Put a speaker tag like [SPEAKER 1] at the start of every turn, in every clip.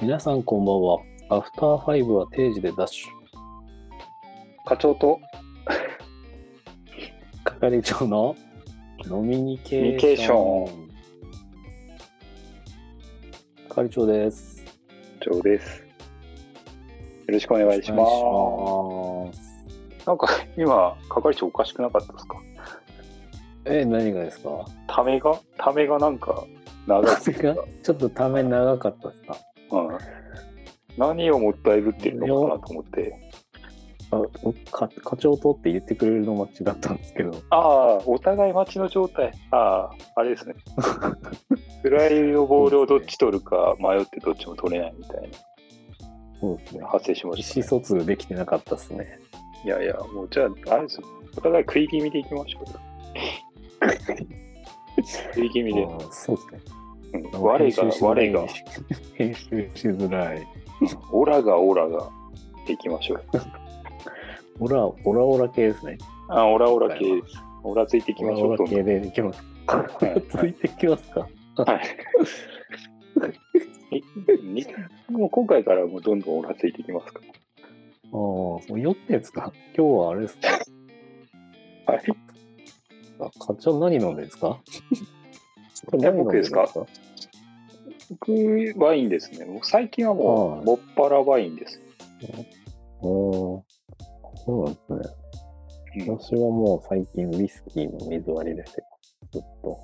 [SPEAKER 1] 皆さんこんばんは。アフターファイブは定時でダッシ
[SPEAKER 2] 課長
[SPEAKER 1] ュ。
[SPEAKER 2] と
[SPEAKER 1] 係長の飲みニケーション。
[SPEAKER 2] ニケーショ
[SPEAKER 1] 係長です。
[SPEAKER 2] 課長です。よろしくお願いします。
[SPEAKER 1] お願いします。
[SPEAKER 2] なんか今、係長おかしくなかったですか
[SPEAKER 1] え、何がです か
[SPEAKER 2] ためがためがなんか長いっていうか、
[SPEAKER 1] ちょっとため長かったですか
[SPEAKER 2] うん、何をもったいぶってるのかなと思って。
[SPEAKER 1] あおか課長とって言ってくれるの待ちだったんですけど、
[SPEAKER 2] ああ、お互い待ちの状態。ああ、あれです ね。フライのボールをどっち取るか迷ってどっちも取れないみたい
[SPEAKER 1] そうですね
[SPEAKER 2] な。発生しま
[SPEAKER 1] 意
[SPEAKER 2] した、
[SPEAKER 1] 思
[SPEAKER 2] ね。
[SPEAKER 1] 疎通できてなかったですね。
[SPEAKER 2] いやいや、もうじゃあ、あれですよ。お互い食い気味でいきましょ うよ。食い気味で。
[SPEAKER 1] あーそうですね。
[SPEAKER 2] うん、我が
[SPEAKER 1] 編集しづら
[SPEAKER 2] 我
[SPEAKER 1] い
[SPEAKER 2] が。
[SPEAKER 1] 編集しづらい。
[SPEAKER 2] オラがオラが行きましょう。
[SPEAKER 1] オラ、オラオラ系ですね。
[SPEAKER 2] あ、オラオラ系です。オラついていき
[SPEAKER 1] オ
[SPEAKER 2] ま
[SPEAKER 1] ラ
[SPEAKER 2] しょ
[SPEAKER 1] オ
[SPEAKER 2] う。
[SPEAKER 1] ラ
[SPEAKER 2] どんどん
[SPEAKER 1] 系でいきます。
[SPEAKER 2] はい
[SPEAKER 1] ついてきますか。
[SPEAKER 2] はい。にもう今回からもうどんどんオラついていきますか
[SPEAKER 1] ああ、もう酔ってんすか。今日はあれですか。
[SPEAKER 2] ら。はい。
[SPEAKER 1] あ課長何飲んでんですか。
[SPEAKER 2] や僕ですか
[SPEAKER 1] 何飲んんです
[SPEAKER 2] 僕、ワインですね。もう最近はも、
[SPEAKER 1] はいう
[SPEAKER 2] もっぱらワインです。
[SPEAKER 1] か。おそうなんですね。
[SPEAKER 2] うん
[SPEAKER 1] 私はもう最近ウイスキーの水割りですよ。ずっと。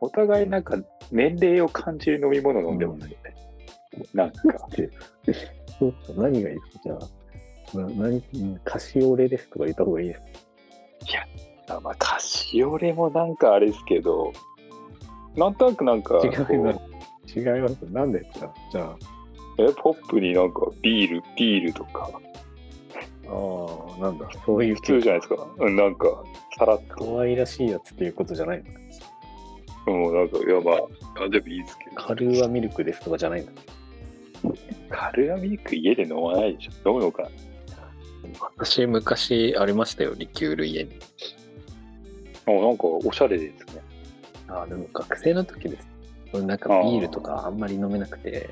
[SPEAKER 2] お互いなんか年齢を感じる飲み物飲んでますよね。なんか、
[SPEAKER 1] そうか何がいいですかじゃあ。な何うんカシオレですとか言った方がいいですか
[SPEAKER 2] あまあ、カシオレもなんかあれですけど、なんとなくなんかこう、
[SPEAKER 1] 違います。違います。何ですかじゃあ。
[SPEAKER 2] えポップになんかビール、ビールとか、
[SPEAKER 1] ああ、なんだ。そういう
[SPEAKER 2] 普通じゃないですか。うん、なんか、さらっと。
[SPEAKER 1] 可愛らしいやつっていうことじゃないの
[SPEAKER 2] もうなんか、いや、まあ、あでもいいですけど。
[SPEAKER 1] カルーアミルクですとかじゃないの
[SPEAKER 2] カルアミルク家で飲まないでしょ。飲むのか。
[SPEAKER 1] 私、昔ありましたよ、リキュール家に。
[SPEAKER 2] もうなんか、おしゃれですね。
[SPEAKER 1] ああ、でも学生の時です。俺なんか
[SPEAKER 2] あー
[SPEAKER 1] ビールとかあんまり飲めなくて、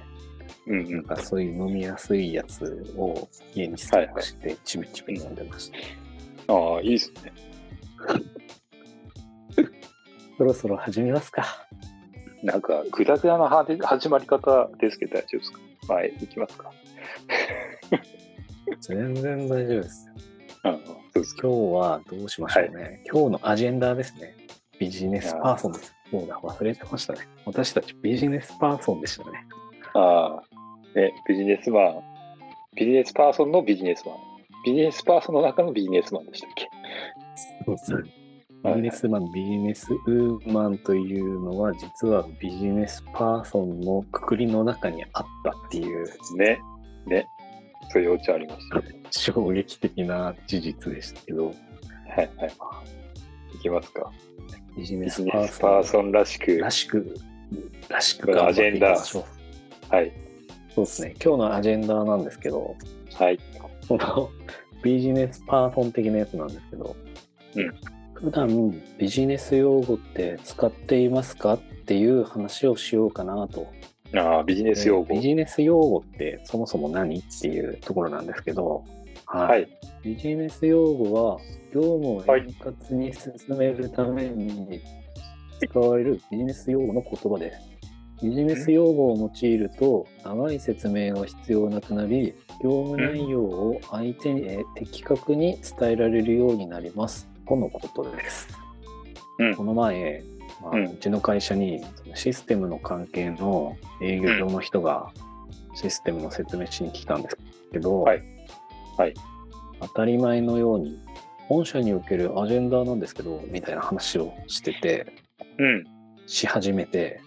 [SPEAKER 2] うんう
[SPEAKER 1] なん
[SPEAKER 2] ん。
[SPEAKER 1] かそういう飲みやすいやつを家にストックして、ちびちび飲んでました。
[SPEAKER 2] ああ、いいですね。
[SPEAKER 1] そろそろ始めますか。
[SPEAKER 2] なんか、グダグダなはで始まり方ですけど、大丈夫ですかはい、いきますか。
[SPEAKER 1] 全然大丈夫です。
[SPEAKER 2] うん、そうですか。
[SPEAKER 1] 今日はどうしましょうね。今日のアジェンダですね。ビジネスパーソンです。そうだ、忘れてましたね。私たちビジネスパーソンでしたね。
[SPEAKER 2] ああ、ね、ビジネスマン。ビジネスパーソンのビジネスマン。ビジネスパーソンの中のビジネスマンでしたっけ
[SPEAKER 1] そうですね。ビ
[SPEAKER 2] はい
[SPEAKER 1] ジネスマン、ビジネスウーマンというのは、実はビジネスパーソンのくくりの中にあったっていう
[SPEAKER 2] ね。ね。そういうお茶ありましたね。
[SPEAKER 1] 衝撃的な事実でしたけど、
[SPEAKER 2] はいはい。いきますか。
[SPEAKER 1] ビジネ
[SPEAKER 2] ビ
[SPEAKER 1] ス
[SPEAKER 2] ジ
[SPEAKER 1] パ
[SPEAKER 2] ネ
[SPEAKER 1] ー
[SPEAKER 2] スパー
[SPEAKER 1] ソ
[SPEAKER 2] ソンらし
[SPEAKER 1] ン
[SPEAKER 2] く
[SPEAKER 1] ら。しく、らしく
[SPEAKER 2] この
[SPEAKER 1] 頑張
[SPEAKER 2] ア
[SPEAKER 1] っ
[SPEAKER 2] ジ
[SPEAKER 1] て
[SPEAKER 2] ェ
[SPEAKER 1] い
[SPEAKER 2] ン
[SPEAKER 1] きま
[SPEAKER 2] ダ
[SPEAKER 1] しょう。
[SPEAKER 2] はい。
[SPEAKER 1] そうですね。今日のアジェンダなんですけど、
[SPEAKER 2] はい。
[SPEAKER 1] このビジネスパーソン的なやつなんですけど、
[SPEAKER 2] うん
[SPEAKER 1] 普段ビジネス用語って使っていますかっていう話をしようかなと
[SPEAKER 2] ああ、ビジネス用語。
[SPEAKER 1] ビジネス用語ってそもそも何っていうところなんですけど、はい
[SPEAKER 2] はい。
[SPEAKER 1] ビジネス用語は業務を円滑に進めるために使われるビジネス用語の言葉です。ビジネス用語を用いると長い説明が必要なくなり業務内容を相手にえー的確に伝えられるようになりますとのことです。
[SPEAKER 2] うん
[SPEAKER 1] この前、まあ
[SPEAKER 2] うん
[SPEAKER 1] うちの会社にそのシステムの関係の営業の人がシステムの説明しに来たんですけど、
[SPEAKER 2] はいはい
[SPEAKER 1] 当たり前のように本社におけるアジェンダなんですけどみたいな話をしてて
[SPEAKER 2] うん。
[SPEAKER 1] し始めて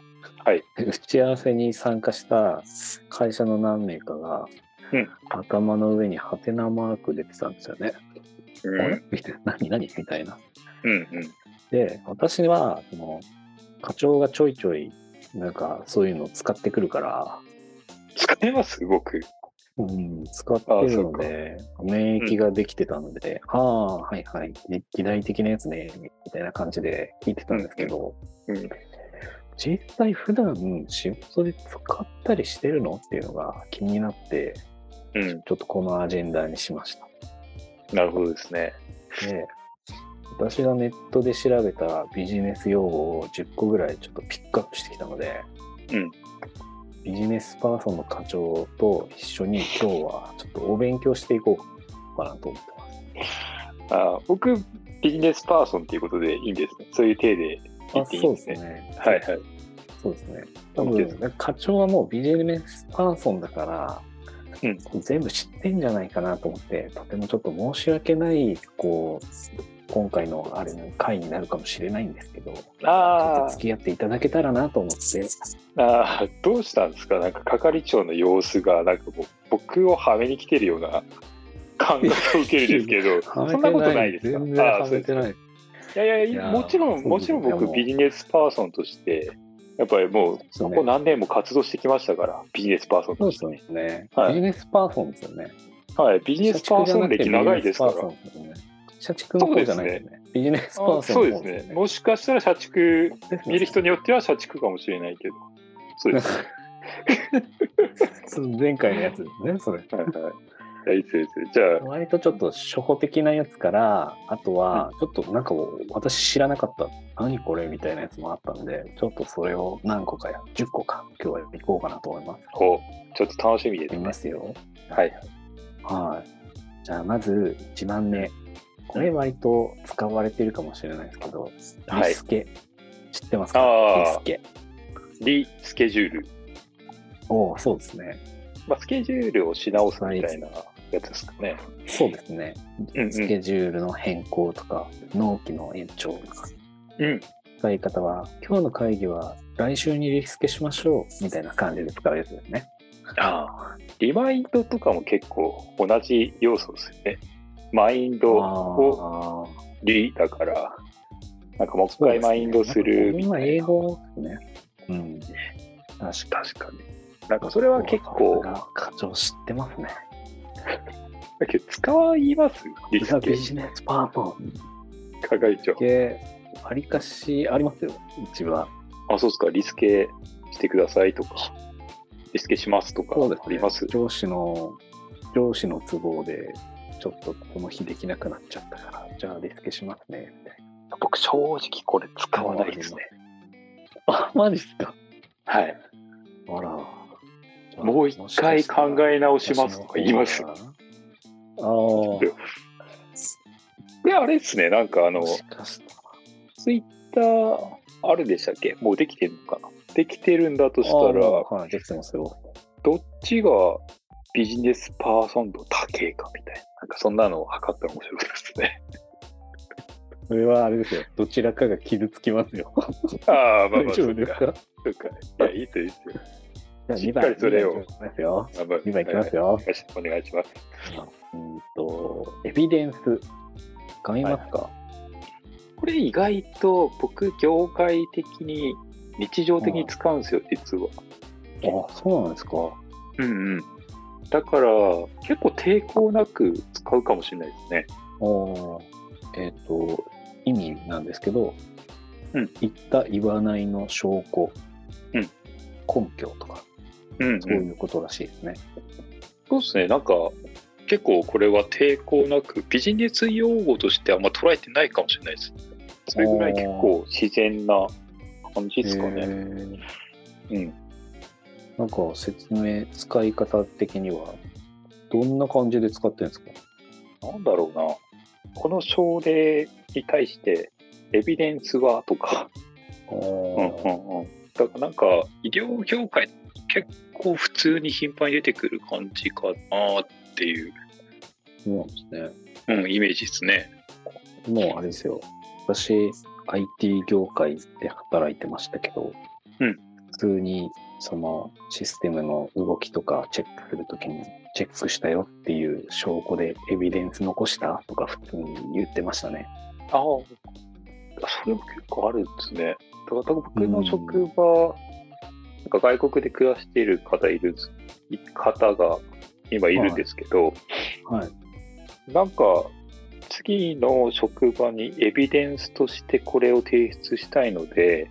[SPEAKER 2] はい。
[SPEAKER 1] 打ち合わせに参加した会社の何名かが、
[SPEAKER 2] うん
[SPEAKER 1] 頭の上にハテナマーク出てたんですよね。
[SPEAKER 2] う
[SPEAKER 1] あれ
[SPEAKER 2] ん。
[SPEAKER 1] みたいな何何みたいな。
[SPEAKER 2] うん。うん。
[SPEAKER 1] で私はその課長がちょいちょいなんかそういうのを使ってくるから、
[SPEAKER 2] 使えます僕。
[SPEAKER 1] うん、使ってるので免疫ができてたので、ああはいはい時代的なやつねみたいな感じで聞いてたんですけど、
[SPEAKER 2] うんうん
[SPEAKER 1] 実際普段仕事で使ったりしてるのっていうのが気になって、
[SPEAKER 2] うん、
[SPEAKER 1] ちょっとこのアジェンダにしました。
[SPEAKER 2] なるほどですね。
[SPEAKER 1] で、私がネットで調べたビジネス用語を10個ぐらいちょっとピックアップしてきたので、
[SPEAKER 2] うん
[SPEAKER 1] ビジネスパーソンの課長と一緒に今日はちょっとお勉強していこうかなと思ってます。
[SPEAKER 2] あ僕、ビジネスパーソンということでいいんですね。そういう体で言っていいんですね。
[SPEAKER 1] ね。
[SPEAKER 2] はいはい。
[SPEAKER 1] そうですね。多分、課長はもうビジネスパーソンだから、
[SPEAKER 2] うん
[SPEAKER 1] 全部知ってんじゃないかなと思って、とてもちょっと申し訳ない、こう、今回のあれの会になるかもしれないんですけど、ちょ
[SPEAKER 2] あ
[SPEAKER 1] っと付き合っていただけたらなと思って、
[SPEAKER 2] ーあー、どうしたんですかなんか係長の様子が、なんかもう僕をはめに来てるような感覚を受けるんですけど、 そんなことないですか
[SPEAKER 1] 全然
[SPEAKER 2] あー
[SPEAKER 1] はめてない。
[SPEAKER 2] いやい
[SPEAKER 1] いや
[SPEAKER 2] や、
[SPEAKER 1] ー
[SPEAKER 2] もちろ、
[SPEAKER 1] そうんです
[SPEAKER 2] もちろん
[SPEAKER 1] いやも
[SPEAKER 2] 僕、
[SPEAKER 1] う
[SPEAKER 2] ビジネスパーソンとして、やっぱりも
[SPEAKER 1] そう
[SPEAKER 2] う、こ
[SPEAKER 1] ですよ
[SPEAKER 2] こ
[SPEAKER 1] ね
[SPEAKER 2] 何年も活動してきましたから、ビジネスパーソン
[SPEAKER 1] そう
[SPEAKER 2] と
[SPEAKER 1] で
[SPEAKER 2] し
[SPEAKER 1] す
[SPEAKER 2] てね。
[SPEAKER 1] よね、
[SPEAKER 2] は
[SPEAKER 1] ビ
[SPEAKER 2] い
[SPEAKER 1] ジネスパーソンですよね。
[SPEAKER 2] はい、ビジネスパーソン歴長いですから。
[SPEAKER 1] 社畜じゃなくてビジネスパーソンですよね。社畜の方じゃないですね。ビジネスパ
[SPEAKER 2] あ
[SPEAKER 1] ーソ
[SPEAKER 2] そ
[SPEAKER 1] ンの
[SPEAKER 2] うで
[SPEAKER 1] 方
[SPEAKER 2] すね。もしかしたら社畜、
[SPEAKER 1] ですね
[SPEAKER 2] 見る人によっては社畜かもしれないけど。そうですね。
[SPEAKER 1] そう前回のやつですね、それ。
[SPEAKER 2] はいはい。いやいいですよいいですよじゃあ、
[SPEAKER 1] 割とちょっと初歩的なやつから、あとは、ちょっとなんか私知らなかった、何これみたいなやつもあったんで、ちょっとそれを何個かや、10個か、今日はやっていこうかなと思います。
[SPEAKER 2] こう、ちょっと楽しみで
[SPEAKER 1] や
[SPEAKER 2] す
[SPEAKER 1] り
[SPEAKER 2] ね
[SPEAKER 1] ま。すよ。
[SPEAKER 2] はい。
[SPEAKER 1] はい。じゃあ、まず1番目。これ割と使われてるかもしれないですけど、
[SPEAKER 2] はい
[SPEAKER 1] リスケ。知ってますか
[SPEAKER 2] あ
[SPEAKER 1] リ
[SPEAKER 2] ー
[SPEAKER 1] スケ。
[SPEAKER 2] リスケジュール。
[SPEAKER 1] おおそうですね。
[SPEAKER 2] まあ、スケジュールをし直すみたいなやつですかね。
[SPEAKER 1] そうですね。
[SPEAKER 2] うんうん
[SPEAKER 1] スケジュールの変更とか、納期の延長とか。
[SPEAKER 2] うん。
[SPEAKER 1] 使い方は、今日の会議は来週にリスケしましょうみたいな感じで使うやつですね。
[SPEAKER 2] ああ。リマインドとかも結構同じ要素ですよね。マインドを
[SPEAKER 1] あー
[SPEAKER 2] リだから、なんかもう一回マインドするみ
[SPEAKER 1] 今
[SPEAKER 2] たい
[SPEAKER 1] 英
[SPEAKER 2] な。
[SPEAKER 1] 語ですね。うん。確か
[SPEAKER 2] 確かに。なんかそれは結構、だ
[SPEAKER 1] 課長知ってますね。
[SPEAKER 2] けど使いますリスケ
[SPEAKER 1] ビ。ジネスパーソン。
[SPEAKER 2] 係長。
[SPEAKER 1] で、ありかしありますよ、うちは。
[SPEAKER 2] あ、そうですか、リスケしてくださいとか、リスケしますとか
[SPEAKER 1] そうです、ね
[SPEAKER 2] あります。
[SPEAKER 1] 上司の、上司の都合で、ちょっとこの日できなくなっちゃったから、じゃあリスケしますね、みたいな。
[SPEAKER 2] 僕、正直これ使わないですね。
[SPEAKER 1] あ、マジっすか。
[SPEAKER 2] はい。
[SPEAKER 1] あら。
[SPEAKER 2] もう一回考え直しますとか言います。
[SPEAKER 1] ああ。
[SPEAKER 2] で、あれですね、なんかあの
[SPEAKER 1] も、しかしたら
[SPEAKER 2] ツイッター、あるでしたっけもうできてるのかなできてるんだとした
[SPEAKER 1] あ
[SPEAKER 2] ら、
[SPEAKER 1] はい、できてますよ。
[SPEAKER 2] どっちがビジネスパーソン度高いかみたいな、なんかそんなのを測ったら面白いです ね。
[SPEAKER 1] それはあれですよ。どちらかが傷つきますよ。
[SPEAKER 2] ああ、まあまあ、
[SPEAKER 1] 大丈
[SPEAKER 2] そ
[SPEAKER 1] 夫
[SPEAKER 2] う
[SPEAKER 1] です
[SPEAKER 2] か。
[SPEAKER 1] か
[SPEAKER 2] そうか。いや、いいですよ、いいですよ。
[SPEAKER 1] じゃあ
[SPEAKER 2] しっかりそれ
[SPEAKER 1] 2
[SPEAKER 2] を
[SPEAKER 1] 番いきますよ。
[SPEAKER 2] まあまあ
[SPEAKER 1] 2番いきますよ。
[SPEAKER 2] お願いします。
[SPEAKER 1] うんと、エビデンス。使いますか、
[SPEAKER 2] これ意外と僕業界的に日常的に使うんですよ、実は。
[SPEAKER 1] あ、そうなんですか。
[SPEAKER 2] うんうん。だから結構抵抗なく使うかもしれないですね。
[SPEAKER 1] おーえっ、と、意味なんですけど、
[SPEAKER 2] うん
[SPEAKER 1] 言った言わないの証拠、
[SPEAKER 2] うん
[SPEAKER 1] 根拠とか、
[SPEAKER 2] うん、
[SPEAKER 1] そういうことらしいですね。
[SPEAKER 2] そうですね。なんか結構これは抵抗なくビジネス用語としてあんま捉えてないかもしれないです。それぐらい結構自然な感じですか
[SPEAKER 1] へ
[SPEAKER 2] ね。
[SPEAKER 1] ー
[SPEAKER 2] うん。
[SPEAKER 1] なんか説明、使い方的には、どんな感じで使ってるんですか
[SPEAKER 2] なんだろうな。この症例に対してエビデンスはとか。
[SPEAKER 1] あ
[SPEAKER 2] だからなんか医療業界結構普通に頻繁に出てくる感じかなっていう、
[SPEAKER 1] そうなんですね。
[SPEAKER 2] うん、イメージですね。
[SPEAKER 1] もうあれですよ。私、IT 業界で働いてましたけど、
[SPEAKER 2] うん
[SPEAKER 1] 普通にそのシステムの動きとかチェックするときに、チェックしたよっていう証拠でエビデンス残したとか普通に言ってましたね。
[SPEAKER 2] ああそれも結構あるんですね。だから僕の職場、なんか外国で暮らしている方いるんです方が今いるんですけど、
[SPEAKER 1] はい。
[SPEAKER 2] なんか次の職場にエビデンスとしてこれを提出したいので、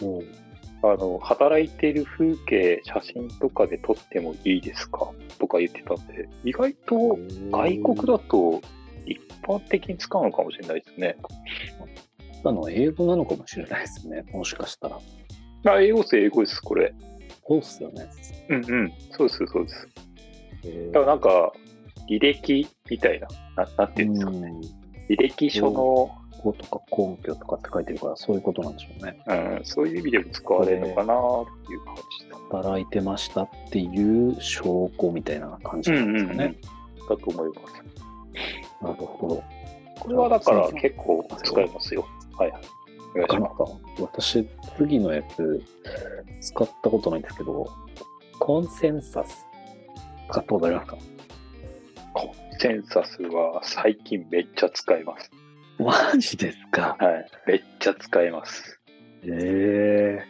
[SPEAKER 1] おう
[SPEAKER 2] あの、働いてる風景、写真とかで撮ってもいいですかとか言ってたんで、意外と外国だと一般的に使うのかもしれないですね。
[SPEAKER 1] だの英語なのかもしれないですね。もしかしたら。
[SPEAKER 2] あ、英語です、英語です、これ。
[SPEAKER 1] そうっすよね。
[SPEAKER 2] うんうん、そうです、そうです。
[SPEAKER 1] え
[SPEAKER 2] だからなんか、履歴みたいな、ななんていうんですか、
[SPEAKER 1] うん
[SPEAKER 2] 履歴書の、
[SPEAKER 1] こうとか根拠とかって書いてるから、そういうことなんでしょうね。
[SPEAKER 2] うん、そういう意味でも使われるのかなっていう感じだ。
[SPEAKER 1] 働いてましたっていう証拠みたいな感じなんですかね。
[SPEAKER 2] だと思います。
[SPEAKER 1] なるほど。
[SPEAKER 2] これはだから結構使えますよ。はいはい。お願いし
[SPEAKER 1] な
[SPEAKER 2] ま
[SPEAKER 1] んか、私、次のやつ、使ったことないんですけど、コンセンサス、使ったことありますか
[SPEAKER 2] す。センサスは最近めっちゃ使います。
[SPEAKER 1] マジですか。
[SPEAKER 2] はい。めっちゃ使います。
[SPEAKER 1] ええ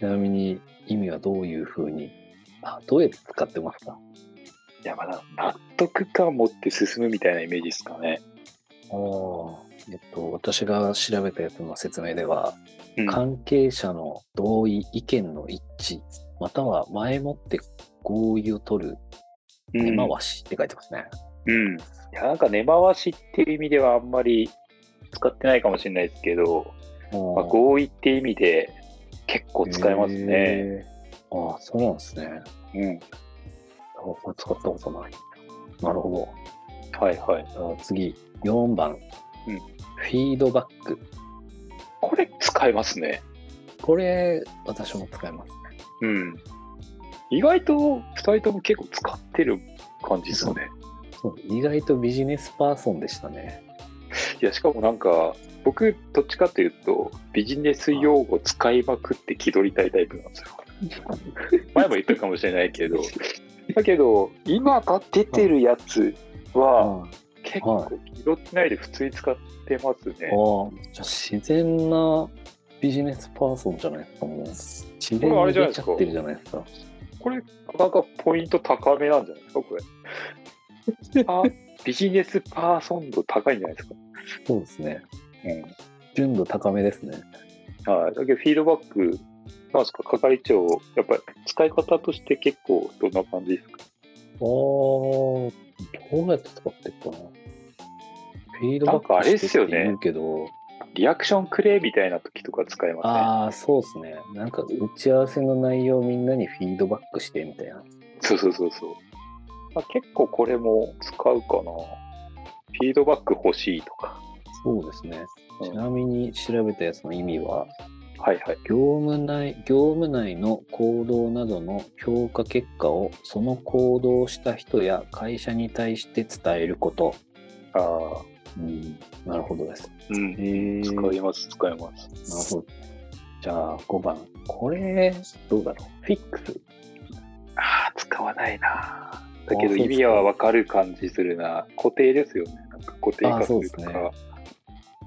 [SPEAKER 1] ちなみに、意味はどういうふうに、あどうやって使ってますか
[SPEAKER 2] いや、まだ納得感持って進むみたいなイメージですかね。
[SPEAKER 1] ああ。えっと、私が調べたやつの説明では、
[SPEAKER 2] うん
[SPEAKER 1] 関係者の同意、意見の一致、または前もって合意を取る
[SPEAKER 2] うん
[SPEAKER 1] 根回しって書いてますね。
[SPEAKER 2] うん。いや、なんか根回しっていう意味ではあんまり使ってないかもしれないですけど、まあ、
[SPEAKER 1] 合
[SPEAKER 2] 合意っていう意味で結構使えますね。。
[SPEAKER 1] ああ、そうなんですね。
[SPEAKER 2] うん。
[SPEAKER 1] あこれ使ったことない。なるほ
[SPEAKER 2] はいはい。
[SPEAKER 1] ど。あ次、4番、
[SPEAKER 2] うん
[SPEAKER 1] フィードバック。
[SPEAKER 2] これ使えますね。
[SPEAKER 1] これ、私も使いますね。
[SPEAKER 2] うん。意外と2人とも結構使ってる感じですね。
[SPEAKER 1] そう意外とビジネスパーソンでしたね。
[SPEAKER 2] いや、しかもなんか、僕、どっちかというと、ビジネス用語使いまくって気取りたいタイプなん ですよ。前も言ったかもしれないけど、だけど、今が出てるやつは、
[SPEAKER 1] あ
[SPEAKER 2] 結構気取ってないで普通に使ってますね。
[SPEAKER 1] あ、じゃあ自然なビジネスパーソンじゃないですか、もう。自然
[SPEAKER 2] これあれ
[SPEAKER 1] に
[SPEAKER 2] じゃな
[SPEAKER 1] 出ち
[SPEAKER 2] いです
[SPEAKER 1] ゃ
[SPEAKER 2] か
[SPEAKER 1] ってるじゃないですか。
[SPEAKER 2] これ、なかなかポイント高めなんじゃないですか、こ れ。あビジネスパーソン度高いんじゃないですか。
[SPEAKER 1] そうですね。
[SPEAKER 2] うん
[SPEAKER 1] 純度高めですね。
[SPEAKER 2] はい、だけどフィードバック、なんですか、係長、やっぱり使い方として結構どんな感じですか
[SPEAKER 1] ああ、どうやって使ってるかな。フィードバッ
[SPEAKER 2] なんかあ
[SPEAKER 1] ク
[SPEAKER 2] れっ
[SPEAKER 1] して
[SPEAKER 2] すよ
[SPEAKER 1] っ
[SPEAKER 2] ね
[SPEAKER 1] て言うけど、
[SPEAKER 2] リアクションクレーみたいな時とか使えま
[SPEAKER 1] ああ、そうですね。なんか打ち合わせの内容をみんなにフィードバックしてみたいな。
[SPEAKER 2] すね。そうそうそうそう。まあ、結構これも使うかな。フィードバック欲しいとか。
[SPEAKER 1] そうですね。
[SPEAKER 2] うん
[SPEAKER 1] ちなみに調べたやつの意味は、
[SPEAKER 2] はいはい。
[SPEAKER 1] 業務内業務内の行動などの評価結果をその行動をした人や会社に対して伝えること。
[SPEAKER 2] ああ、
[SPEAKER 1] うん、なるほどです。
[SPEAKER 2] うん。
[SPEAKER 1] え
[SPEAKER 2] 使います、使います。
[SPEAKER 1] なるほど。じゃあ5番。これ、どうだろう。フィックス。
[SPEAKER 2] ああ、使わないな。だ
[SPEAKER 1] だけ
[SPEAKER 2] けど
[SPEAKER 1] ど
[SPEAKER 2] 意
[SPEAKER 1] 意
[SPEAKER 2] 味
[SPEAKER 1] 味
[SPEAKER 2] は
[SPEAKER 1] は
[SPEAKER 2] わ
[SPEAKER 1] わ
[SPEAKER 2] かる感じするな。固定ですよね。なんか固定
[SPEAKER 1] 定化
[SPEAKER 2] 化す
[SPEAKER 1] す
[SPEAKER 2] る
[SPEAKER 1] る
[SPEAKER 2] と
[SPEAKER 1] と
[SPEAKER 2] か。
[SPEAKER 1] か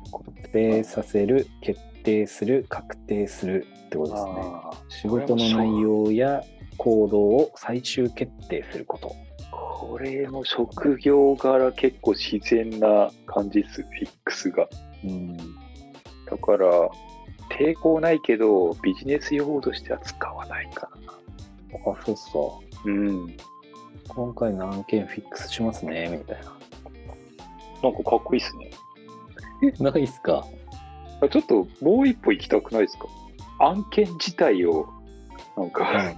[SPEAKER 1] 固定させる、決定する、確定するってことですね。
[SPEAKER 2] ああ
[SPEAKER 1] 仕事の内容や行動を最終決定すること。
[SPEAKER 2] これも職業柄結構自然な感じです、フィックスが。
[SPEAKER 1] うん、
[SPEAKER 2] だから、抵抗ないけど、ビジネス用語としては使わないかな。
[SPEAKER 1] あ、そうそう。
[SPEAKER 2] うん。なんか
[SPEAKER 1] 今回の案件フィックスしますね、みたいな。
[SPEAKER 2] かっこいいですね。
[SPEAKER 1] ないっすか。
[SPEAKER 2] ちょっともう一歩行きたくないですか案件自体を、なんか、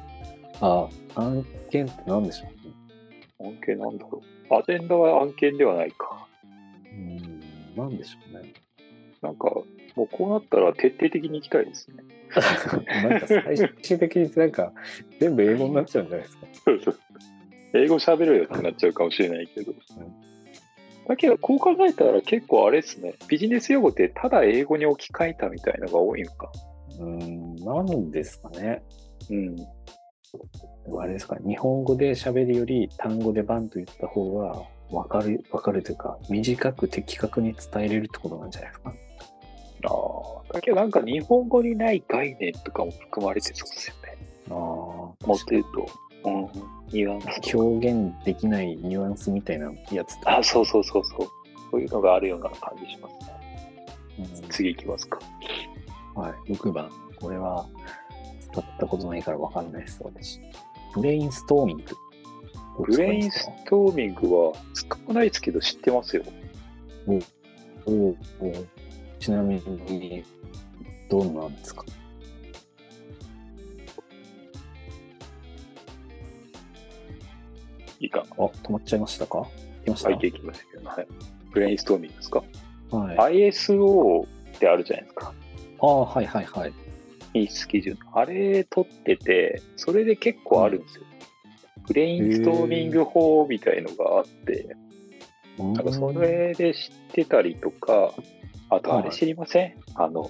[SPEAKER 1] あ、案件って何でしょ
[SPEAKER 2] 案件なんだろう。アジェンダは案件ではないか。
[SPEAKER 1] う。うん、何でしょうね。
[SPEAKER 2] なんか、もうこうなったら徹底的に行きたいですね。
[SPEAKER 1] なんか最終的になんか全部英語になっちゃうんじゃないですか。
[SPEAKER 2] そうそう。英語喋るよってなっちゃうかもしれないけど。
[SPEAKER 1] ん
[SPEAKER 2] だけど、こう考えたら結構あれですね。ビジネス用語ってただ英語に置き換えたみたいのが多いのか。
[SPEAKER 1] うん、なんですかね。
[SPEAKER 2] うん。
[SPEAKER 1] あれですか、日本語で喋るより単語でバンと言った方が分かる、分かるというか、短く的確に伝えれるってことなんじゃないですか。
[SPEAKER 2] ああ。だけどなんか日本語にない概念とかも含まれてそうですよね。
[SPEAKER 1] あ
[SPEAKER 2] もっと言うと。うん。ニュアンスとか。
[SPEAKER 1] 表現できないニュアンスみたいなやつ
[SPEAKER 2] あ、そうそうそうそう。そういうのがあるような感じしますね。
[SPEAKER 1] うん
[SPEAKER 2] 次行きますか。
[SPEAKER 1] はい、6番。これは、使ったことないからわかんないです、私。ブレインストーミング。
[SPEAKER 2] ブレインストーミングは使わないですけど知ってますよ。
[SPEAKER 1] おうおうちなみに、どんなんですか
[SPEAKER 2] いいか。
[SPEAKER 1] あ、止まっちゃいましたか来ました
[SPEAKER 2] 背景いきましたけど、はい。ブレインストーミングですか、
[SPEAKER 1] はい。
[SPEAKER 2] ?ISO ってあるじゃないですか。
[SPEAKER 1] ああ、はいはいはい。
[SPEAKER 2] 品質基準。あれ取ってて、それで結構あるんですよ。ブレインストーミング法みたいのがあって、なんかそれで知ってたりとか、あとあれ知りません、あの、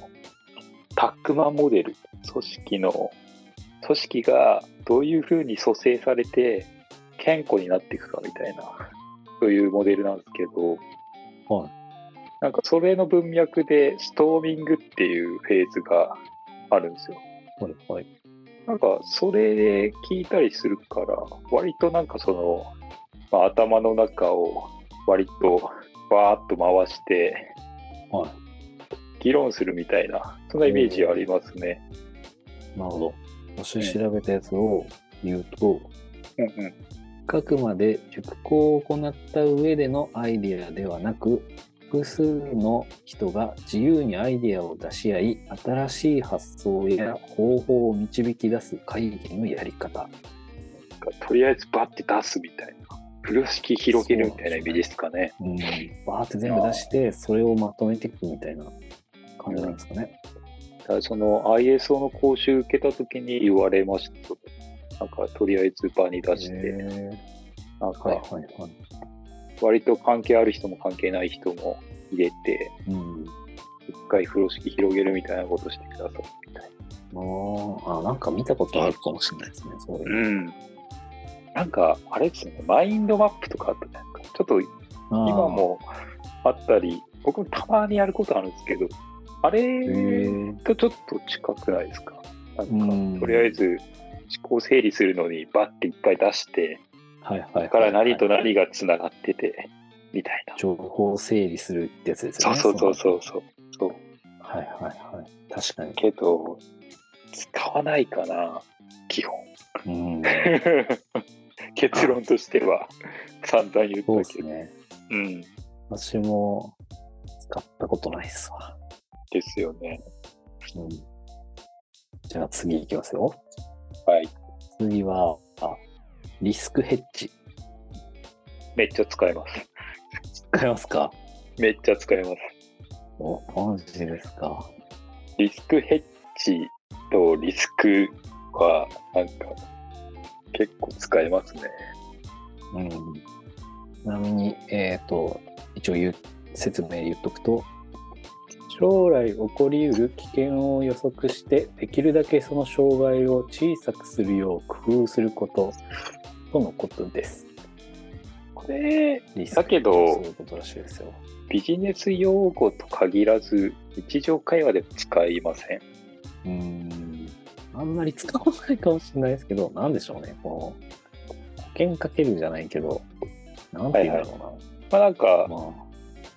[SPEAKER 2] タックマンモデル、組織の、組織がどういうふうに蘇生されて健康になっていくかみたいな、そういうモデルなんですけど、
[SPEAKER 1] はい
[SPEAKER 2] なんかそれの文脈でストーミングっていうフェーズがあるんですよ。
[SPEAKER 1] はいはい。
[SPEAKER 2] なんかそれで聞いたりするから割となんかその、まあ、頭の中を割とバーッと回して
[SPEAKER 1] は
[SPEAKER 2] 議論するみたいなそんなイメージありますね。
[SPEAKER 1] い。なるほど。私調べたやつを言うと、
[SPEAKER 2] うんうん、
[SPEAKER 1] あくまで熟考を行った上でのアイデアではなく複数の人が自由にアイデアを出し合い新しい発想や方法を導き出す会議のやり方
[SPEAKER 2] なんかとりあえずバッて出すみたいな風呂敷広げるみたいなイメージですかね。
[SPEAKER 1] うんバーって全部出してそれをまとめていくみたいな感じなんですかね。
[SPEAKER 2] だからその ISO の講習受けた時に言われましたけどなんかとりあえず場に出して、
[SPEAKER 1] へ
[SPEAKER 2] なん
[SPEAKER 1] ーはい
[SPEAKER 2] か
[SPEAKER 1] はいはい。
[SPEAKER 2] 割と関係ある人も関係ない人も入れて。
[SPEAKER 1] うん
[SPEAKER 2] 一回風呂敷広げるみたいなことしてくださいみたい
[SPEAKER 1] あーあ、なんか見たことあるかもしれないですね。そういう
[SPEAKER 2] な。うん。なんか、あれですよね、マインドマップとかあったじゃないですか。ちょっと
[SPEAKER 1] の
[SPEAKER 2] 今。もあったり、僕もたまにやることあるんですけど、あ
[SPEAKER 1] あ
[SPEAKER 2] れ
[SPEAKER 1] ーへ
[SPEAKER 2] とちょっと近くないですか。な
[SPEAKER 1] ーうん
[SPEAKER 2] か、
[SPEAKER 1] ん
[SPEAKER 2] とりあえず思考整理するのにバッていっぱい出して、
[SPEAKER 1] はいはいはいはい
[SPEAKER 2] だから何と何がつながってて、みたいな。
[SPEAKER 1] 情報を整理するってやつです
[SPEAKER 2] そ
[SPEAKER 1] よ
[SPEAKER 2] う
[SPEAKER 1] ね。
[SPEAKER 2] そうそうそうそう。そう
[SPEAKER 1] のはいはいはい。確かに。
[SPEAKER 2] けど、使わないかな、基本。
[SPEAKER 1] うん。
[SPEAKER 2] 結論としては散々言
[SPEAKER 1] そうで
[SPEAKER 2] ったけ
[SPEAKER 1] す
[SPEAKER 2] ど。
[SPEAKER 1] ね。
[SPEAKER 2] うん。
[SPEAKER 1] 私も使ったことないっすわ。
[SPEAKER 2] ですよね。
[SPEAKER 1] うん、じゃあ次いきますよ。
[SPEAKER 2] はい。
[SPEAKER 1] 次は、あリスクヘッジ。
[SPEAKER 2] めっちゃ使えます。
[SPEAKER 1] 使いますか
[SPEAKER 2] めっちゃ使えます。
[SPEAKER 1] お、マジですか。
[SPEAKER 2] リスクヘッジとリスクは、なんか、結構使えますね。
[SPEAKER 1] うん。ちなみに、えっ、と、一応言う説明言っとくと、将来起こりうる危険を予測して、できるだけその障害を小さくするよう工夫すること、とのことです。
[SPEAKER 2] これ、
[SPEAKER 1] リス
[SPEAKER 2] だけど
[SPEAKER 1] そういうことらしいですよ。
[SPEAKER 2] ビジネス用語と限らず、日常会話でも使いません。
[SPEAKER 1] うーんあんまり使わないかもしれないですけど、なんでしょうね、この、保険かけるじゃないけど、なんて言うんだろ
[SPEAKER 2] まあなん
[SPEAKER 1] うな。
[SPEAKER 2] か、
[SPEAKER 1] ま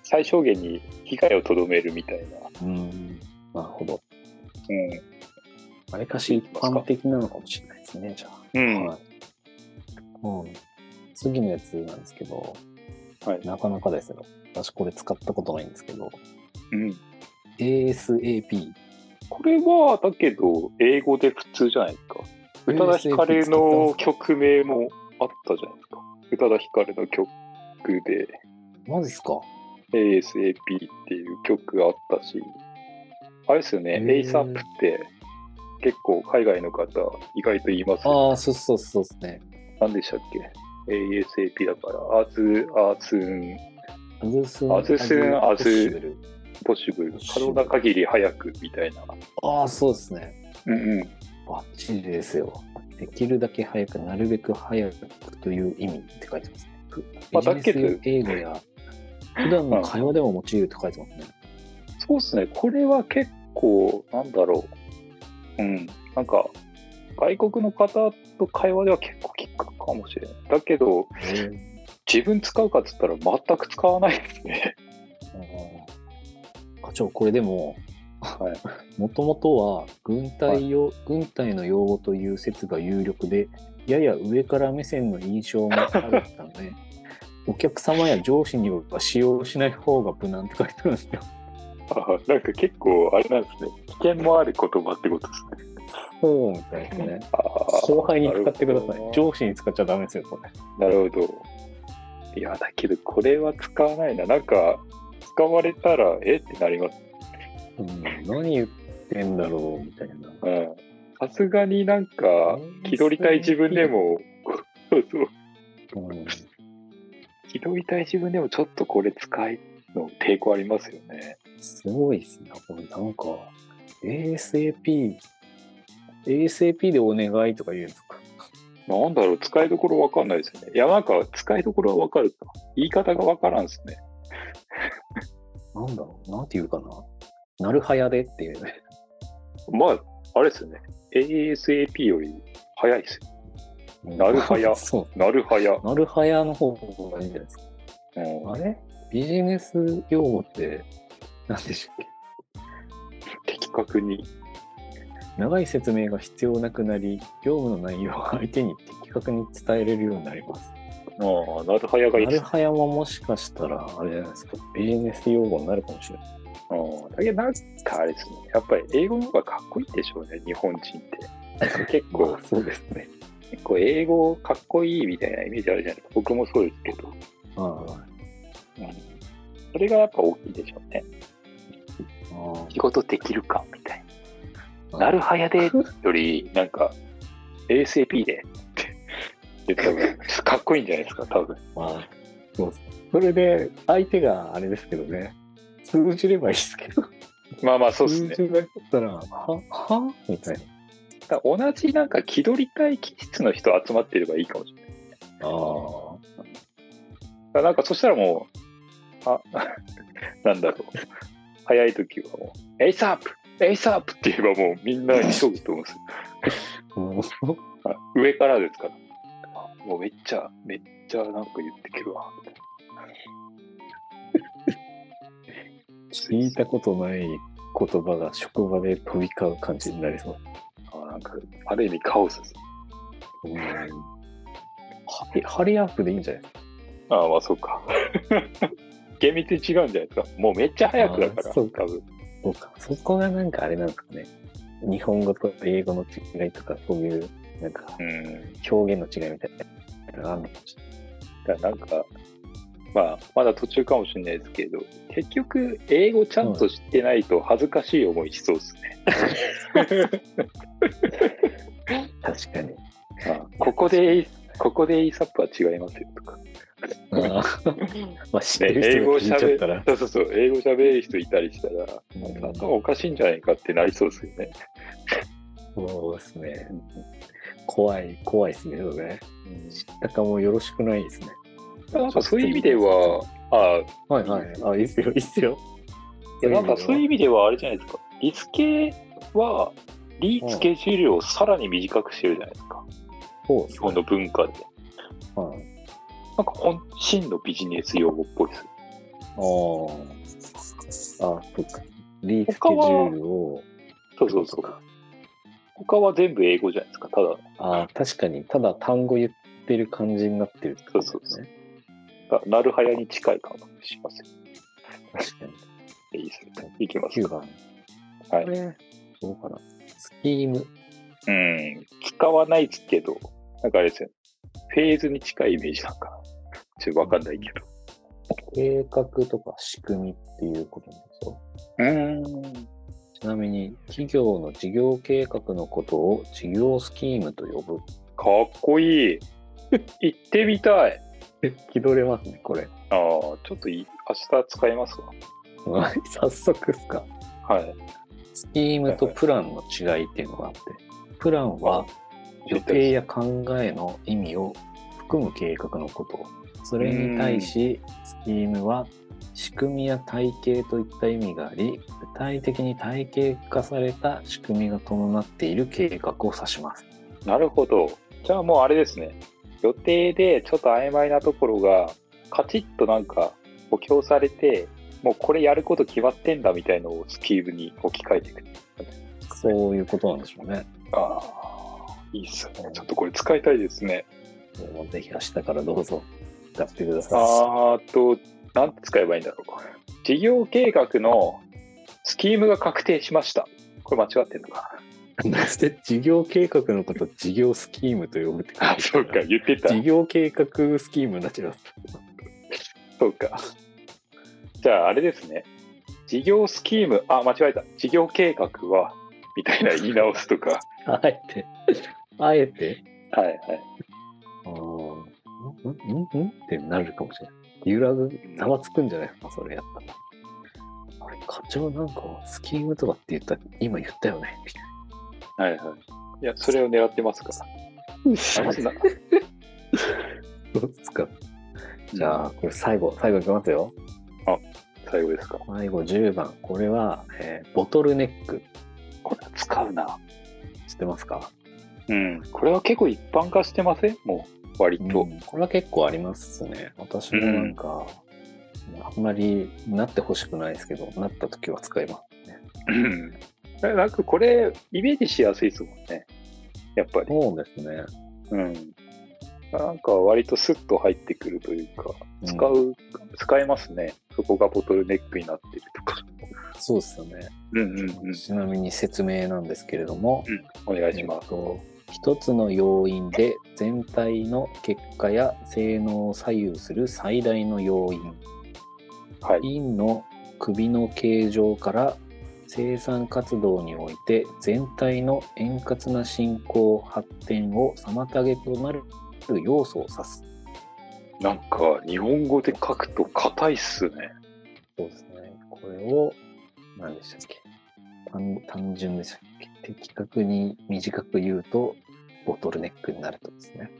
[SPEAKER 2] 最小限に被害をとどめるみたいな。
[SPEAKER 1] あ、うーん、なるほど。
[SPEAKER 2] うん。
[SPEAKER 1] あれかし一般的なのかもしれないですね、じゃあ。
[SPEAKER 2] うん
[SPEAKER 1] はいうん、次のやつなんですけど、
[SPEAKER 2] はい
[SPEAKER 1] なかなかですよ。私これ使ったことないんですけど、
[SPEAKER 2] うん。
[SPEAKER 1] ASAP。
[SPEAKER 2] これは、だけど、英語で普通じゃないですか。宇多田ヒカ
[SPEAKER 1] ASAP 使っ
[SPEAKER 2] ルの
[SPEAKER 1] てますか。
[SPEAKER 2] 曲名もあったじゃないですか。宇多田ヒカルの曲で
[SPEAKER 1] マジっすか
[SPEAKER 2] ASAP っていう曲があったし、あれですよね、
[SPEAKER 1] へー
[SPEAKER 2] ASAP って結構海外の方意外と言いますよ。
[SPEAKER 1] ああ、そうそうそうですね。
[SPEAKER 2] 何でしたっけ ?ASAP だから、アーズ、アーズン、
[SPEAKER 1] アズスン
[SPEAKER 2] アズスン
[SPEAKER 1] アズポッシブル
[SPEAKER 2] ポッシブル、可能な限り早くみたいな。
[SPEAKER 1] ああ、そうですね。
[SPEAKER 2] うんうん。
[SPEAKER 1] バッチリですよ。できるだけ早く、なるべく早くという意味って書いてますね。
[SPEAKER 2] まあ
[SPEAKER 1] ビジネス英語や普段の会話でも用いるって書いてますね。
[SPEAKER 2] そうですね、これは結構、なんだろう、うん、なんか、外国の方と会話では結構聞くかもしれない。だけど、自分使うかっつったら全く使わないですね。
[SPEAKER 1] あー課長、これでも、あ
[SPEAKER 2] はい。
[SPEAKER 1] もともとは軍隊用、軍隊の用語という説が有力で、やや上から目線の印象もあったの で、お客様や上司には使用しない方が無難って書いてあるんですよ。
[SPEAKER 2] あなんか結構、あれなんですね。危険もある言葉ってことですね。
[SPEAKER 1] そうみたいですね。
[SPEAKER 2] あー
[SPEAKER 1] 後輩に使ってくださ
[SPEAKER 2] なるほ
[SPEAKER 1] い。
[SPEAKER 2] ど
[SPEAKER 1] 上司に使っちゃダメですよ、これ。
[SPEAKER 2] なるほど。いや、だけど、これは使わないな。なんか、使われたら、えってなります。
[SPEAKER 1] うん、何言ってんだろうみたいな。
[SPEAKER 2] うん。さすがになんか、気取りたい自分でも、そうそう。
[SPEAKER 1] うん、
[SPEAKER 2] 気取りたい自分でも、ちょっとこれ使いの抵抗ありますよね。
[SPEAKER 1] すごいですね。これなんか、ASAP、ASAP でお願いとか言うんですか。
[SPEAKER 2] なんだろう、使いどころわかんないですよね。いや、なんか、使いどころはわかるか。言い方がわからんですね。
[SPEAKER 1] なんだろう、なんて言うかな。なるはやでっていうね。
[SPEAKER 2] まあ、あれですよね。ASAP より早いですよ。なるは や
[SPEAKER 1] そ
[SPEAKER 2] なるはや。
[SPEAKER 1] う。なるはやの方がいいんじゃないですか。
[SPEAKER 2] うん
[SPEAKER 1] あれビジネス用語って何でしたっ
[SPEAKER 2] 的確に。
[SPEAKER 1] け長い説明が必要なくなり、業務の内容を相手に的確に伝えれるようになります。
[SPEAKER 2] ああ、なるはやがいい
[SPEAKER 1] な
[SPEAKER 2] です
[SPEAKER 1] る
[SPEAKER 2] ね。
[SPEAKER 1] はやももしかしたら、あれじゃないですか。ビジネス用語になるかもしれない。
[SPEAKER 2] うんだけど、なんかあれですね。やっぱり英語の方がかっこいいんでしょうね、日本人って。なんか結構
[SPEAKER 1] まあ、そうですね。
[SPEAKER 2] 結構英語かっこいいみたいなイメージあるじゃないですか。僕もそうですけど。
[SPEAKER 1] あ
[SPEAKER 2] うんそれがやっぱ大きいでしょうね。
[SPEAKER 1] あ
[SPEAKER 2] 仕事できるかみたいな。なるはやでより、なんか、ASAP でって言った方がかっこいいんじゃないですか、多分。
[SPEAKER 1] まあ、そうですそれで、相手があれですけどね、通じればいいですけど、
[SPEAKER 2] まあまあ、そうです
[SPEAKER 1] 通
[SPEAKER 2] ね。
[SPEAKER 1] じなかったら、は、はみたいな。
[SPEAKER 2] だから同じなんか気取りたい気質の人集まっていればいいかもしれない。
[SPEAKER 1] ああ。
[SPEAKER 2] だからなんかそしたらもう、あ、 なんだろう。早い時はもう、エイサープエイサープって言えばもうみんな急ぐと思うんですよあ。上からですから。あもうめっちゃ、めっちゃなんか言ってくるわ。
[SPEAKER 1] 聞いたことない言葉が職場で飛び交う感じになりそう。
[SPEAKER 2] あなんか、ある意味カオスです。
[SPEAKER 1] うん、ハリアップでいいんじゃないですか
[SPEAKER 2] ああ、まあそうか。 厳密に違うんじゃないですか。もうめっちゃ早くだから、
[SPEAKER 1] あー
[SPEAKER 2] 多
[SPEAKER 1] そうか
[SPEAKER 2] 分。
[SPEAKER 1] そうか。そこがなんかあれなんですかね。日本語と英語の違いとか、そういう、なんか、
[SPEAKER 2] うん。
[SPEAKER 1] 表現の違いみたいなのがあるのかもしれない。
[SPEAKER 2] だからなんか、まあ、まだ途中かもしれないですけど、結局、英語ちゃんと知ってないと恥ずかしい思いしそうですね。
[SPEAKER 1] 確かに。
[SPEAKER 2] あここで、ここで ASAP は違いますよとか。
[SPEAKER 1] ああまあ、知って
[SPEAKER 2] ね、
[SPEAKER 1] る
[SPEAKER 2] 英
[SPEAKER 1] 人
[SPEAKER 2] 語
[SPEAKER 1] が
[SPEAKER 2] し
[SPEAKER 1] 聞い
[SPEAKER 2] ゃ
[SPEAKER 1] ちゃ
[SPEAKER 2] べ
[SPEAKER 1] ったら、
[SPEAKER 2] そうそうそう、英語しゃべる人いたりした
[SPEAKER 1] う
[SPEAKER 2] ら、
[SPEAKER 1] ん
[SPEAKER 2] 頭おかしいんじゃないかってなりそうですよね。
[SPEAKER 1] そうですね。怖い、怖いですね。そうね
[SPEAKER 2] うん
[SPEAKER 1] 知ったかもよろしくないですね。
[SPEAKER 2] なんかそういう意味では、あ
[SPEAKER 1] はいはい。あ、いいっすよ、いいっすよ。
[SPEAKER 2] いやなんかそういう意味ではあれじゃないですか。リス系は、リスケジュールをさらに短くしてるじゃないですか。
[SPEAKER 1] そうで
[SPEAKER 2] 日
[SPEAKER 1] す
[SPEAKER 2] 本
[SPEAKER 1] ね
[SPEAKER 2] の文化で。
[SPEAKER 1] はい
[SPEAKER 2] なんか本真のビジネス用語っぽいです。
[SPEAKER 1] ああ。あ、そうか。リースケジュールを。
[SPEAKER 2] そうそうそう。他は全部英語じゃないですか。ただ、
[SPEAKER 1] ああ、確かに、ただ単語言ってる感じになってるってことですね。
[SPEAKER 2] あなるはやに近い感覚しますよ。
[SPEAKER 1] 確かに。
[SPEAKER 2] いいですね。いきます
[SPEAKER 1] 9
[SPEAKER 2] か。
[SPEAKER 1] 番。
[SPEAKER 2] はい
[SPEAKER 1] こ。れ、どうかな。スキーム。
[SPEAKER 2] うん。使わないですけど、なんかあれですよね。フェーズに近いイメージなんかな。ちょっとわかんないけど。
[SPEAKER 1] 計画とか仕組みっていうことなんですよ。
[SPEAKER 2] うん。
[SPEAKER 1] ちなみに、企業の事業計画のことを事業スキームと呼ぶ。
[SPEAKER 2] かっこいい。 行ってみたい。
[SPEAKER 1] 気取れますね、これ。
[SPEAKER 2] ああ、ちょっとい明日使いますわ。
[SPEAKER 1] はい早速っすか。
[SPEAKER 2] はい。
[SPEAKER 1] スキームとプランの違いっていうのがあって、プランは予定や考えの意味を含む計画のこと。それに対し、スキームは仕組みや体系といった意味があり、具体的に体系化された仕組みが伴っている計画を指します。
[SPEAKER 2] なるほど。じゃあもうあれですね。予定でちょっと曖昧なところが、カチッとなんか補強されて、もうこれやること決まってんだみたいのをスキームに置き換えていく。
[SPEAKER 1] そういうことなんでしょうね。
[SPEAKER 2] ああ、いいっすね。ちょっとこれ使いたいですね。
[SPEAKER 1] もうぜひ明日からどうぞ使ってください。
[SPEAKER 2] あーと、なんて使えばいいんだろう。事業計画のスキームが確定しました。これ間違ってんのか。
[SPEAKER 1] どうして事業計画のこと事業スキームと呼ぶって
[SPEAKER 2] あ、そうか、 言ってた。
[SPEAKER 1] 事業計画スキームになっちゃいます。
[SPEAKER 2] そうか。じゃあ、あれですね。事業スキーム、あ、間違えた。事業計画は、みたいな言い直すとか。
[SPEAKER 1] あえて。あえて。
[SPEAKER 2] はいはい。
[SPEAKER 1] ああ。んんんんってなるかもしれない。揺らぐ、ざわつくんじゃないですか、それやったら。あれ、課長なんか、スキームとかって言った、今言ったよね。
[SPEAKER 2] はいはい。いや、それを狙ってますから。 あ いつな
[SPEAKER 1] どうですか。じゃあ、これ最後、最後いきますよ。
[SPEAKER 2] 最後ですか。
[SPEAKER 1] 最後10番。これは、えーボトルネック。
[SPEAKER 2] これは使うな。
[SPEAKER 1] 知ってますか
[SPEAKER 2] うん。これは結構一般化してませんもう、割と。
[SPEAKER 1] うんこれは結構ありますね。私もなんか、あんまりなってほしくないですけど、なった時は使いますね。
[SPEAKER 2] うん。なんかこれ、イメージしやすいですもんね。やっぱり。
[SPEAKER 1] そうですね。
[SPEAKER 2] うん。なんか割とスッと入ってくるというか、使う、
[SPEAKER 1] ん
[SPEAKER 2] 使えますね。そこがボトルネックになってるとか。
[SPEAKER 1] そうですよね、
[SPEAKER 2] うんうんうん。
[SPEAKER 1] ちなみに説明なんですけれども、
[SPEAKER 2] お願いしま
[SPEAKER 1] えっ
[SPEAKER 2] す。
[SPEAKER 1] と一つの要因で全体の結果や性能を左右する最大の要因
[SPEAKER 2] はい。
[SPEAKER 1] インの首の形状から生産活動において全体の円滑な進行発展を妨げとなる要素を指す
[SPEAKER 2] なんか、日本語で書くと硬いっすね。
[SPEAKER 1] そうですねこれを何でしたっけ単単純でしたっけ的確に短く言うとボトルネックになるとですね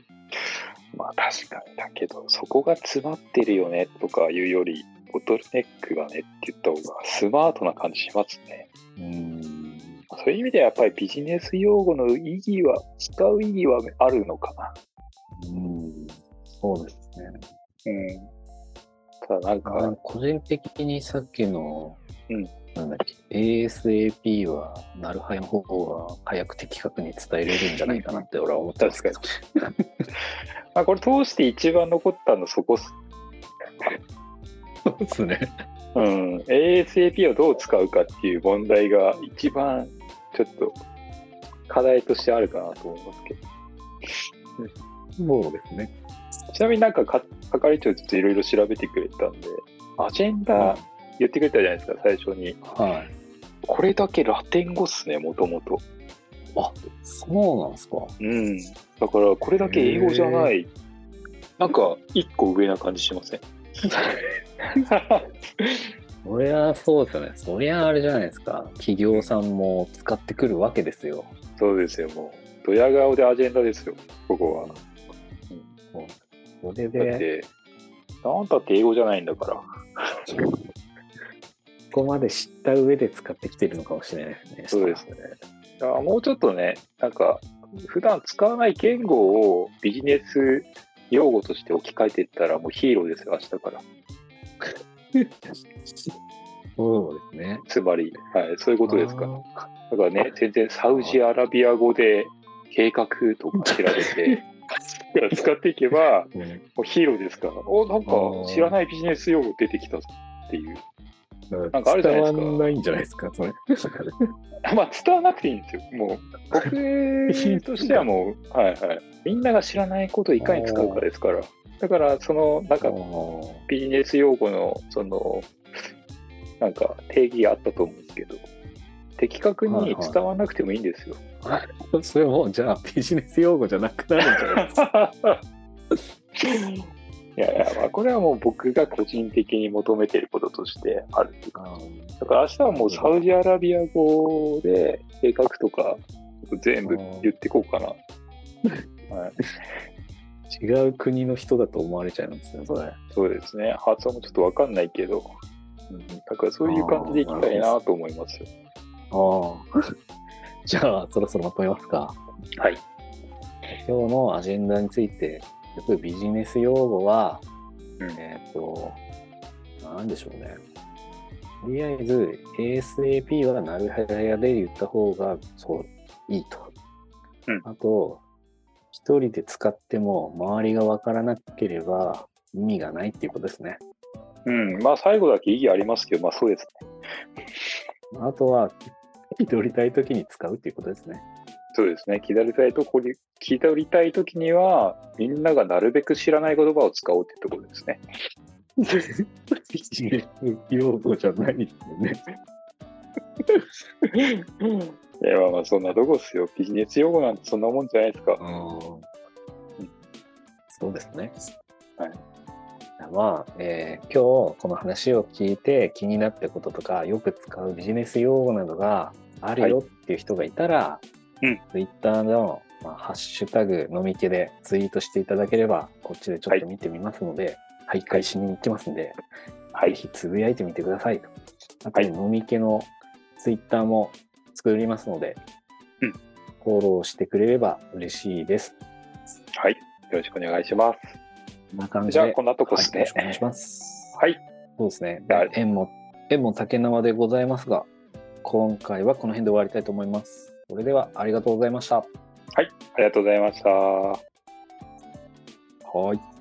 [SPEAKER 2] まあ確かにだけどそこが詰まってるよねとかいうよりボトルネックがねって言った方がスマートな感じしますね
[SPEAKER 1] うん
[SPEAKER 2] そういう意味ではやっぱりビジネス用語の意義は使う意義はあるのかな
[SPEAKER 1] うんそうですね
[SPEAKER 2] うんただなんか、
[SPEAKER 1] あ個人的にさっきの、
[SPEAKER 2] うん
[SPEAKER 1] なんだっけ ASAP はなるはやの方が早く的確に伝えれるんじゃないかなって俺は思ってますけど
[SPEAKER 2] あこれ通して一番残ったのそこっす
[SPEAKER 1] そうですね
[SPEAKER 2] うん ASAP をどう使うかっていう問題が一番ちょっと課題としてあるかなと思いますけど
[SPEAKER 1] そうですね
[SPEAKER 2] ちなみになんかか係長ちょっといろいろ調べてくれたんで、アジェンダ言ってくれたじゃないですか、最初に。
[SPEAKER 1] はい
[SPEAKER 2] これだけラテン語っすね、もともと。
[SPEAKER 1] あそうなんですか
[SPEAKER 2] うん。だから、これだけ英語じゃない。なんか、一個上な感じしません
[SPEAKER 1] そりゃそうですよねそりゃあれじゃないですか企業さんも使ってくるわけですよ
[SPEAKER 2] そうですよ、もう。ドヤ顔でアジェンダですよ、ここは。
[SPEAKER 1] それ
[SPEAKER 2] だっ
[SPEAKER 1] で
[SPEAKER 2] て、なんだって英語じゃないんだから。
[SPEAKER 1] ここまで知った上で使ってきてるのかもしれないですね
[SPEAKER 2] そう ですね。だからもうちょっとね、なんか、普段使わない言語をビジネス用語として置き換えていったら、もうヒーローですよ、明日から。
[SPEAKER 1] そうですね
[SPEAKER 2] つまり、はい、そういうことですか。
[SPEAKER 1] あー
[SPEAKER 2] だからね、全然サウジアラビア語で計画とか調べて、 使っていけば、
[SPEAKER 1] うん
[SPEAKER 2] もうヒーローですから。お、なん
[SPEAKER 1] あー
[SPEAKER 2] か知らないビジネス用語出てきたぞっていう。
[SPEAKER 1] な
[SPEAKER 2] なんかあるじゃないですか
[SPEAKER 1] 伝わんないんじゃないですか、それ。
[SPEAKER 2] まあ、伝わなくていいんですよ。もう、僕としてはもう、 はいはい。みんなが知らないことをいかに使うかですから。だから、その、なんか、ビジネス用語の、その、なんか、定義があったと思うんですけど、的確に伝わらなくてもいいんですよ。
[SPEAKER 1] それもうじゃあビジネス用語じゃなくなるんじゃないですか。
[SPEAKER 2] いやいや、まあ、これはもう僕が個人的に求めていることとしてあるっていうか、だから明日はもうサウジアラビア語で計画とか、全部言ってこうかな。はい、
[SPEAKER 1] 違う国の人だと思われちゃいますね、それ。
[SPEAKER 2] そうですね、発音もちょっとわかんないけど、うんだからそういう感じでいきたいなと思いますよ。
[SPEAKER 1] ああ。 じゃあ、そろそろまとめますか。
[SPEAKER 2] はい。
[SPEAKER 1] 今日のアジェンダについて、やっぱりビジネス用語は、
[SPEAKER 2] うん
[SPEAKER 1] えっ、と、なんでしょうね。とりあえず ASAP はなる早で言った方がそういいと。
[SPEAKER 2] うん
[SPEAKER 1] あと、一人で使っても周りがわからなければ意味がないっていうことですね。
[SPEAKER 2] うん、まあ最後だけ意義ありますけど、まあそうですね。
[SPEAKER 1] あとは、気取りたいときに使うっていうことですね。
[SPEAKER 2] そうですね。気取りたいとこに、気取りたいときには、みんながなるべく知らない言葉を使おうってところですね。
[SPEAKER 1] 用語じゃないですよね。
[SPEAKER 2] いや、まあまあそんなとこですよ。ビジネス用語なんてそんなもんじゃないですか。
[SPEAKER 1] そうですね。
[SPEAKER 2] はい。
[SPEAKER 1] まあ、えー今日この話を聞いて気になったこととかよく使うビジネス用語などがあるよっていう人がいたら、
[SPEAKER 2] うん
[SPEAKER 1] ツイッターの、まあ、ハッシュタグ飲み気でツイートしていただければこっちでちょっと見てみますので、徘徊しに行ってますんで、
[SPEAKER 2] は
[SPEAKER 1] ぜ
[SPEAKER 2] い。
[SPEAKER 1] ひつぶやいてみてくださいと。あと、
[SPEAKER 2] はい
[SPEAKER 1] 飲み気のツイッターも作りますので、
[SPEAKER 2] うん
[SPEAKER 1] フォローしてくれれば嬉しいです。
[SPEAKER 2] はい。よろしくお願いしま
[SPEAKER 1] こんな感じ
[SPEAKER 2] す。じ
[SPEAKER 1] で。
[SPEAKER 2] ゃあこんなとこです
[SPEAKER 1] はい、よろ
[SPEAKER 2] ね
[SPEAKER 1] し。くお願いします。
[SPEAKER 2] はい。
[SPEAKER 1] そうですね
[SPEAKER 2] はい。
[SPEAKER 1] 縁も、縁も竹縄でございますが、今回はこの辺で終わりたいと思います。それでは、ありがとうございました。
[SPEAKER 2] ありがとうございました。
[SPEAKER 1] はい。